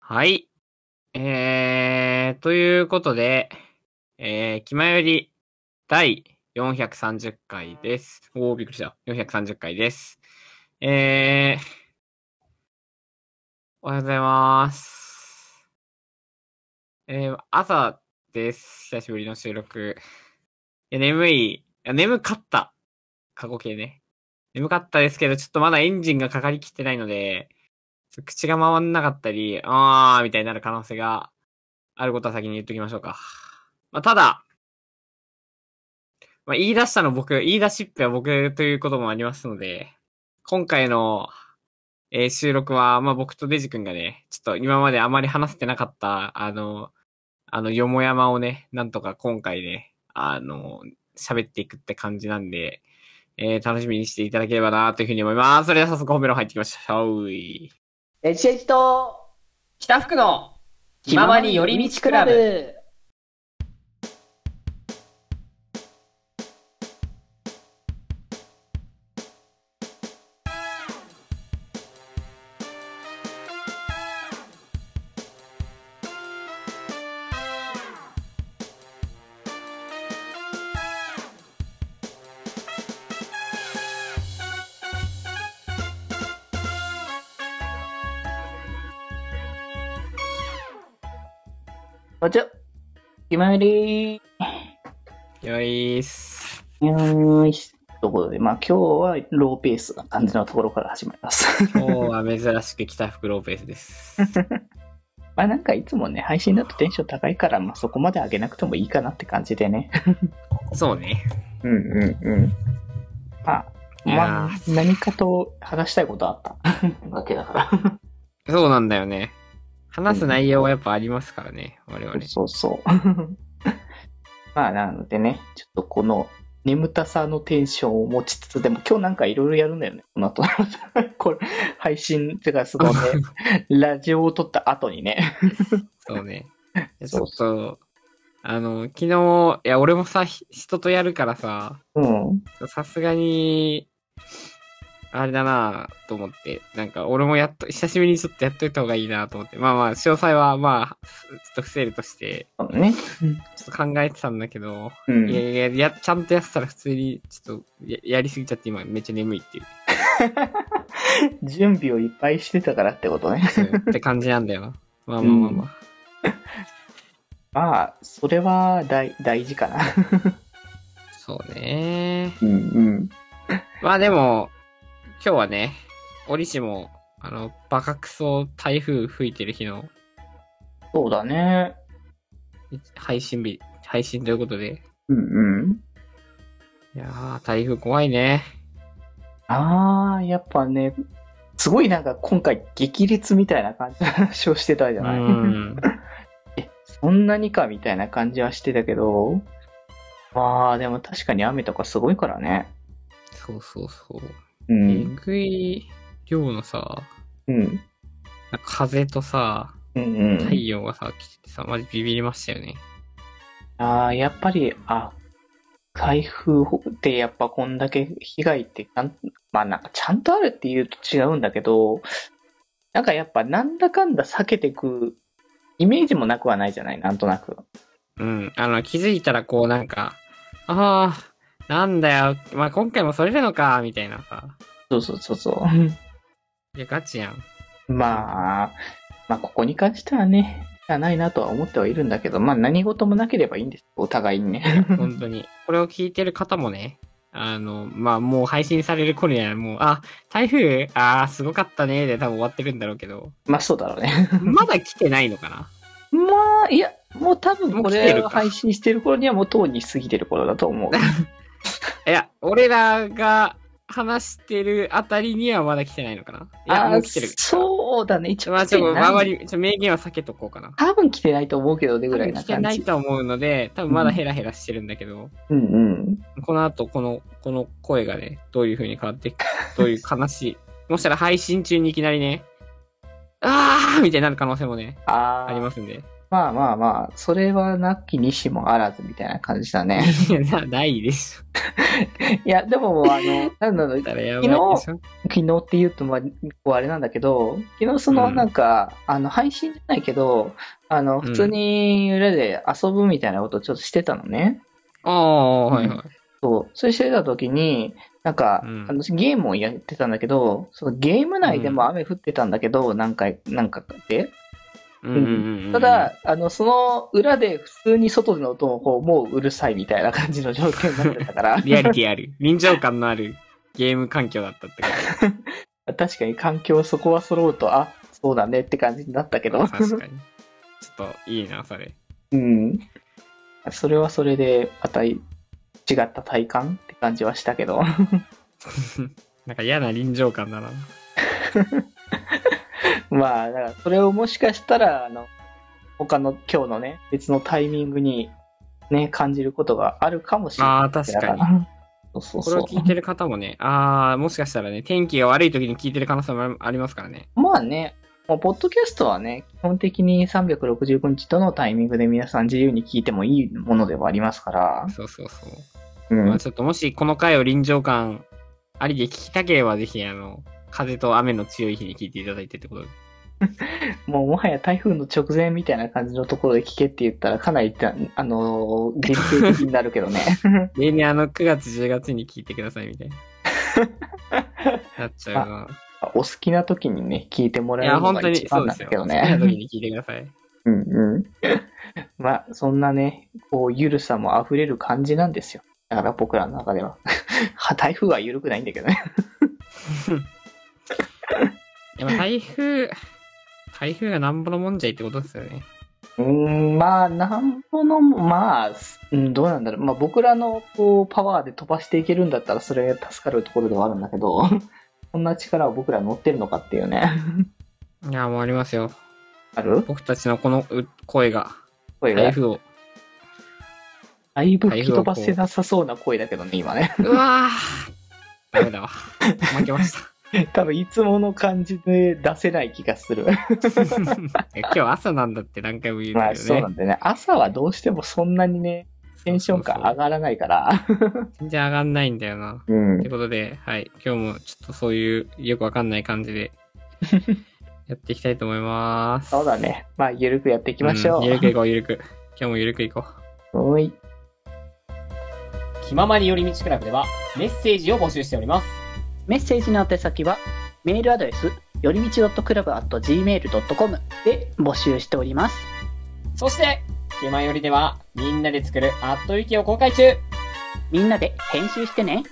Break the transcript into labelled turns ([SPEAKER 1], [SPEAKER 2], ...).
[SPEAKER 1] はい。えー、ということで、えー、気前より第430回です。おー、びっくりした。430回です。えー、おはようございます。えー、朝です。久しぶりの収録。いや、眠い。いや、眠かった。過去形ね。眠かったですけど、ちょっとまだエンジンがかかりきってないので、口が回んなかったり、あーみたいになる可能性があることは先に言っときましょうか。まあ、ただ、まあ、言い出したの僕、言い出しっぺは僕ということもありますので、今回の、えー、収録は、まあ、僕とデジ君がね、ちょっと今まであまり話せてなかった、あの、あの、よもやまをね、なんとか今回ね、あの、喋っていくって感じなんで、えー、楽しみにしていただければなというふうに思います。それでは早速本編の入ってきましょう。
[SPEAKER 2] エチエチと
[SPEAKER 3] 北福の気ままに寄り道クラブ。
[SPEAKER 2] おちょ、決まり
[SPEAKER 1] ー。よいーす。
[SPEAKER 2] よーいす。ということで、まあ今日はローペースな感じのところから始まります。
[SPEAKER 1] 今日は珍しく北福ローペースです。
[SPEAKER 2] まあなんかいつもね、配信だとテンション高いから、まあそこまで上げなくてもいいかなって感じでね。
[SPEAKER 1] そうね。
[SPEAKER 2] うんうんうん。 まあ、まあ、何かと話したいことあった わけだから。
[SPEAKER 1] そうなんだよね。話す内容はやっぱありますからね、うん、我々。
[SPEAKER 2] そうそう。 まあ、なのでね、ちょっとこの眠たさのテンションを持ちつつ、でも今日なんかいろいろやるんだよね、この後。 これ、配信、てかすごいね、 ラジオを撮った後にね。
[SPEAKER 1] そうね。ちょっと、あの、昨日、いや、俺もさ、人とやるからさ、さすがに、あれだなぁと思って、なんか俺もやっと、久しぶりにちょっとやっといた方がいいなと思って、まあまあ、詳細はまあ、ちょっと伏せるとして、
[SPEAKER 2] ね、
[SPEAKER 1] ちょっと考えてたんだけど、うん、いやいやや、ちゃんとやってたら普通に、ちょっとややりすぎちゃって今めっちゃ眠いっていう。
[SPEAKER 2] 準備をいっぱいしてたからってことね。
[SPEAKER 1] って感じなんだよな。 まあまあまあまあ。
[SPEAKER 2] うん、まあ、それは大大事かな。
[SPEAKER 1] そうね
[SPEAKER 2] うんうん。
[SPEAKER 1] まあでも、今日はね、折しも、あの、バカクソ台風吹いてる日の、
[SPEAKER 2] そうだね。
[SPEAKER 1] 配信日、配信ということで。
[SPEAKER 2] うんうん。
[SPEAKER 1] いやー、台風怖いね。
[SPEAKER 2] あー、やっぱね、すごいなんか今回激烈みたいな感じの話をしてたじゃない。うんえ、そんなにかみたいな感じはしてたけど、まあでも確かに雨とかすごいからね。
[SPEAKER 1] そうそうそう。
[SPEAKER 2] うん、
[SPEAKER 1] えぐい量のさ、
[SPEAKER 2] うん、
[SPEAKER 1] 風とさ、
[SPEAKER 2] うんうん、
[SPEAKER 1] 太陽がさ、来ててさ、まじビビりましたよね。
[SPEAKER 2] ああ、やっぱり、あ、台風ってやっぱこんだけ被害ってちゃん、まあなんかちゃんとあるって言うと違うんだけど、なんかやっぱなんだかんだ避けてくイメージもなくはないじゃない、なんとなく。
[SPEAKER 1] うん、あの気づいたらこうなんか、ああ、なんだよ、まあ、今回もそれなのか、みたいなさ。。
[SPEAKER 2] そうそうそうそう
[SPEAKER 1] いや、ガチ やん。
[SPEAKER 2] まあ、まあ、ここに関してはね、じゃないなとは思ってはいるんだけど、まあ、何事もなければいいんです。お互いに ね。
[SPEAKER 1] 本当に。これを聞いてる方もね、あの、まあ、もう配信される頃にはもう、あ、台風、ああ、すごかったね、で多分終わってるんだろうけ ど。
[SPEAKER 2] まあ、そうだろうね。
[SPEAKER 1] まだ来てないのかな
[SPEAKER 2] まあ、いや、もう多分これを配信してる頃にはもうとうに過ぎてる頃だと 思う。
[SPEAKER 1] いや、俺らが話してるあたりにはまだ来てないのかないや、もう来てる。
[SPEAKER 2] そうだね、一応
[SPEAKER 1] まあちょっと周り、ちょ名言は避けとこうかな。
[SPEAKER 2] 多分来てないと思うけどね、ぐらいな
[SPEAKER 1] 来てないと思うので、多分まだヘラヘラしてるんだけど、
[SPEAKER 2] うん、うんうん
[SPEAKER 1] この後、この、この声がね、どういう風に変わっていく、どういう悲しい。 もしたら配信中にいきなりね、あーみたいになる可能性もね、
[SPEAKER 2] あ
[SPEAKER 1] ありますんで。
[SPEAKER 2] まあまあまあ、そ れはなきにしもあらずみたいな感じだね。
[SPEAKER 1] なないです。
[SPEAKER 2] いや、でも、あの、なんだろう、
[SPEAKER 1] た
[SPEAKER 2] 昨
[SPEAKER 1] らやばいでしょ
[SPEAKER 2] 日って言うと、まあ、こうあれなんだけど、昨日その、
[SPEAKER 1] うん
[SPEAKER 2] なんか、あの、配信じゃないけど、あの、普通に裏で遊ぶみたいなことをちょっとしてたのね。
[SPEAKER 1] ああ、はいはい。
[SPEAKER 2] そう。それしてた時に、なんか、
[SPEAKER 1] うん
[SPEAKER 2] あのゲームをやってたんだけど、そのゲーム内でも雨降ってたんだけど、何回、何回かで。
[SPEAKER 1] うんうんうん。、
[SPEAKER 2] た、だ、あの、その裏で普通に外での音もこう、もううるさいみたいな感じの状況になってたから
[SPEAKER 1] リアリティある。臨場感のあるゲーム環境だったってこ
[SPEAKER 2] 確かに環境そこは揃うと、あ、そうだねって感じになったけ ど
[SPEAKER 1] と。。確かに。ちょっといいな、それ。
[SPEAKER 2] うん。それはそれで、また違った体感って感じはしたけど。
[SPEAKER 1] なんか嫌な臨場感だな。
[SPEAKER 2] まあ、だからそれをもしかしたら、あの、他の今日のね、別のタイミングにね、感じることがあるかもしれない。
[SPEAKER 1] ああ、確かに。
[SPEAKER 2] に。そうそう
[SPEAKER 1] これ
[SPEAKER 2] そ。
[SPEAKER 1] を聞いうてる方もね、ああ、もしかしたらね、天気が悪い時に聞いてる可能性もありますからね。
[SPEAKER 2] まあね、もうポッドキャストはね、基本的に365日どのタイミングで皆さん自由に聞いてもいいものではありますから。
[SPEAKER 1] そうそうそう。
[SPEAKER 2] う
[SPEAKER 1] まあ
[SPEAKER 2] ん。
[SPEAKER 1] ちょっともしこの回を臨場感ありで聞きたければ、ぜひ、あの、風と雨の強い日に聞いていただいてってことで。
[SPEAKER 2] もうもはや台風の直前みたいな感じのところで聞けって言ったらかなりた、あのー、限定的になるけどね。
[SPEAKER 1] 例年あの、9月、10月に聞いてくださいみ たいな。なっちゃうな。
[SPEAKER 2] お好きな時にね、聞いても
[SPEAKER 1] い
[SPEAKER 2] らえ
[SPEAKER 1] や、
[SPEAKER 2] るの
[SPEAKER 1] 本
[SPEAKER 2] が
[SPEAKER 1] 当
[SPEAKER 2] 一
[SPEAKER 1] にそ
[SPEAKER 2] 番
[SPEAKER 1] うで
[SPEAKER 2] なん
[SPEAKER 1] す
[SPEAKER 2] だ
[SPEAKER 1] よ。
[SPEAKER 2] けど
[SPEAKER 1] 好きな時
[SPEAKER 2] ね。
[SPEAKER 1] に聞いてください。
[SPEAKER 2] うんうん。 まあ、そんなね、こう、ゆるさも溢れる感じなんですよ。だから僕らの中では。 は台風は緩くないんだけどね。
[SPEAKER 1] いやまあ台風、 台風がなんぼのもんじゃいってことですよね。
[SPEAKER 2] うーん、まあ、なんぼの、まあ、うん、どうなんだろう。まあ、僕らの、こう、パワーで飛ばしていけるんだったら、それ助かるところではあるんだけど、 そんな力は僕ら乗ってるのかっていうね。
[SPEAKER 1] いや、もうありますよ。
[SPEAKER 2] ある
[SPEAKER 1] 僕たちのこのう声が、
[SPEAKER 2] 声が
[SPEAKER 1] 台。風を。
[SPEAKER 2] だいぶ吹き飛ばせなさそうな声だけどね、今ね。
[SPEAKER 1] うわぁダメだわ。負けま した。
[SPEAKER 2] 多分、いつもの感じで出せない気がす る。
[SPEAKER 1] いや今日朝なんだって何回も言う
[SPEAKER 2] ま
[SPEAKER 1] ん
[SPEAKER 2] あ
[SPEAKER 1] だけ
[SPEAKER 2] そう
[SPEAKER 1] ど
[SPEAKER 2] な
[SPEAKER 1] ね。
[SPEAKER 2] んだよね。朝はどうしてもそんなにね、テンション感上がらないから。
[SPEAKER 1] 全然上がんないんだよな。
[SPEAKER 2] う
[SPEAKER 1] と
[SPEAKER 2] ん
[SPEAKER 1] いう。ことで、はい。今日もちょっとそういうよくわかんない感じ でやっていきたいと思います。
[SPEAKER 2] そうだね。まあ、ゆるくやっていきましょう。
[SPEAKER 1] んゆるくいこう、ゆるく。今日もゆるくいこう。
[SPEAKER 2] おい。
[SPEAKER 3] 気ままに寄り道クラブではメッセージを募集しております。
[SPEAKER 4] メッセージの宛先はメールアドレスよりみち .club.gmail.com で募集しております
[SPEAKER 3] そして、気まよりではみんなで作るあっという間を公開中
[SPEAKER 4] みんなで編集してね